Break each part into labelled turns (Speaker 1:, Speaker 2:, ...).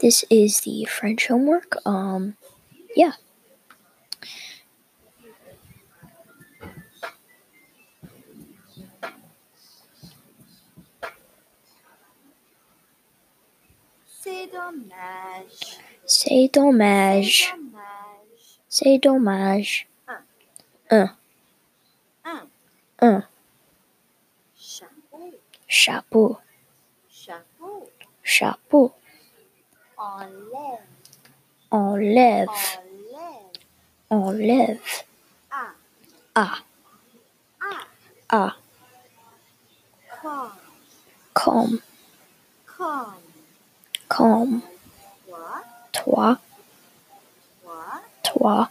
Speaker 1: This is the French homework. Um, yeah.
Speaker 2: C'est dommage.
Speaker 1: C'est dommage.
Speaker 2: dommage.
Speaker 1: C'est dommage. Uh,
Speaker 2: Un.
Speaker 1: Un.
Speaker 2: Un.
Speaker 1: Un.
Speaker 2: Chapeau.
Speaker 1: Chapeau.
Speaker 2: Chapeau.
Speaker 1: Chapeau.
Speaker 2: Enlève.
Speaker 1: Enlève.
Speaker 2: Enlève.
Speaker 1: Enlève.
Speaker 2: Ah.
Speaker 1: Ah.
Speaker 2: Ah.
Speaker 1: Ah.
Speaker 2: Comme.
Speaker 1: Comme.
Speaker 2: Comme.
Speaker 1: Comme.
Speaker 2: Trois.
Speaker 1: Toi.
Speaker 2: Trois.
Speaker 1: Toi.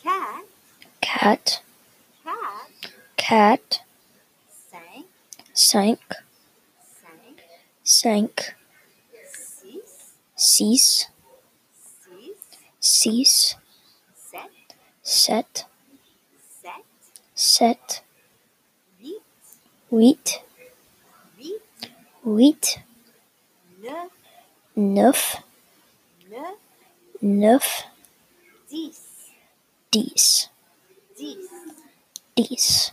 Speaker 2: Quatre.
Speaker 1: Quatre.
Speaker 2: Quatre.
Speaker 1: Quatre.
Speaker 2: Cinq.
Speaker 1: Cinq.
Speaker 2: Cinq.
Speaker 1: Cinq.
Speaker 2: Six.
Speaker 1: Six.
Speaker 2: Six.
Speaker 1: Six. Sept.
Speaker 2: Sept. Sept.
Speaker 1: Sept.
Speaker 2: Huit.
Speaker 1: Huit.
Speaker 2: Huit.
Speaker 1: Huit.
Speaker 2: Neuf.
Speaker 1: Neuf.
Speaker 2: Neuf.
Speaker 1: Neuf.
Speaker 2: Dix.
Speaker 1: Dix.
Speaker 2: Dix.
Speaker 1: Dix.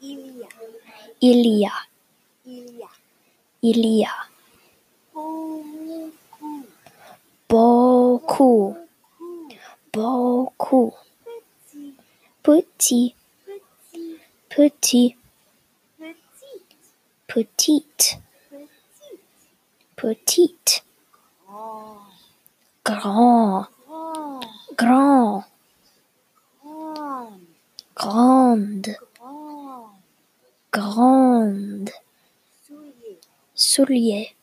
Speaker 2: Il y a.
Speaker 1: Il y a.
Speaker 2: Il y a.
Speaker 1: Il y a.
Speaker 2: Beaucoup.
Speaker 1: Beaucoup. Beaucoup.
Speaker 2: Beaucoup. Petit.
Speaker 1: Petit.
Speaker 2: Petit.
Speaker 1: Petit. Petite.
Speaker 2: Petite. Petite.
Speaker 1: Petite.
Speaker 2: Grand.
Speaker 1: Grand.
Speaker 2: Grand.
Speaker 1: Grand. Grande.
Speaker 2: Grande. Grand.
Speaker 1: Grande.
Speaker 2: Souillé.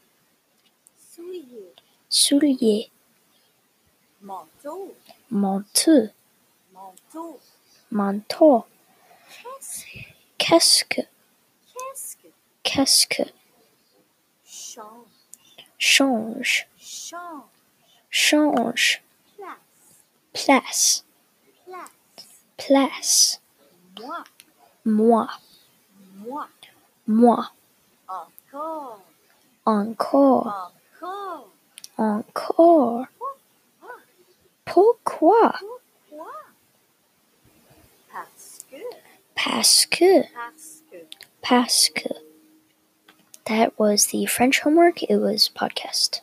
Speaker 1: Soulier.
Speaker 2: Souillé.
Speaker 1: Soulier.
Speaker 2: Manteau.
Speaker 1: Manteau.
Speaker 2: Manteau.
Speaker 1: Manteau.
Speaker 2: Qu'est-ce que?
Speaker 1: Casque.
Speaker 2: Qu'est-ce que?
Speaker 1: Casque.
Speaker 2: Change.
Speaker 1: Change.
Speaker 2: Change.
Speaker 1: Change.
Speaker 2: Place.
Speaker 1: Place.
Speaker 2: Place.
Speaker 1: Place.
Speaker 2: Moi.
Speaker 1: Moi.
Speaker 2: Moi.
Speaker 1: Moi.
Speaker 2: Encore.
Speaker 1: Encore.
Speaker 2: Encore.
Speaker 1: Encore.
Speaker 2: Ah,
Speaker 1: Pourquoi?
Speaker 2: pourquoi? Parce que.
Speaker 1: Parce que.
Speaker 2: Parce que.
Speaker 1: Parce que. That was the French homework. It was podcast.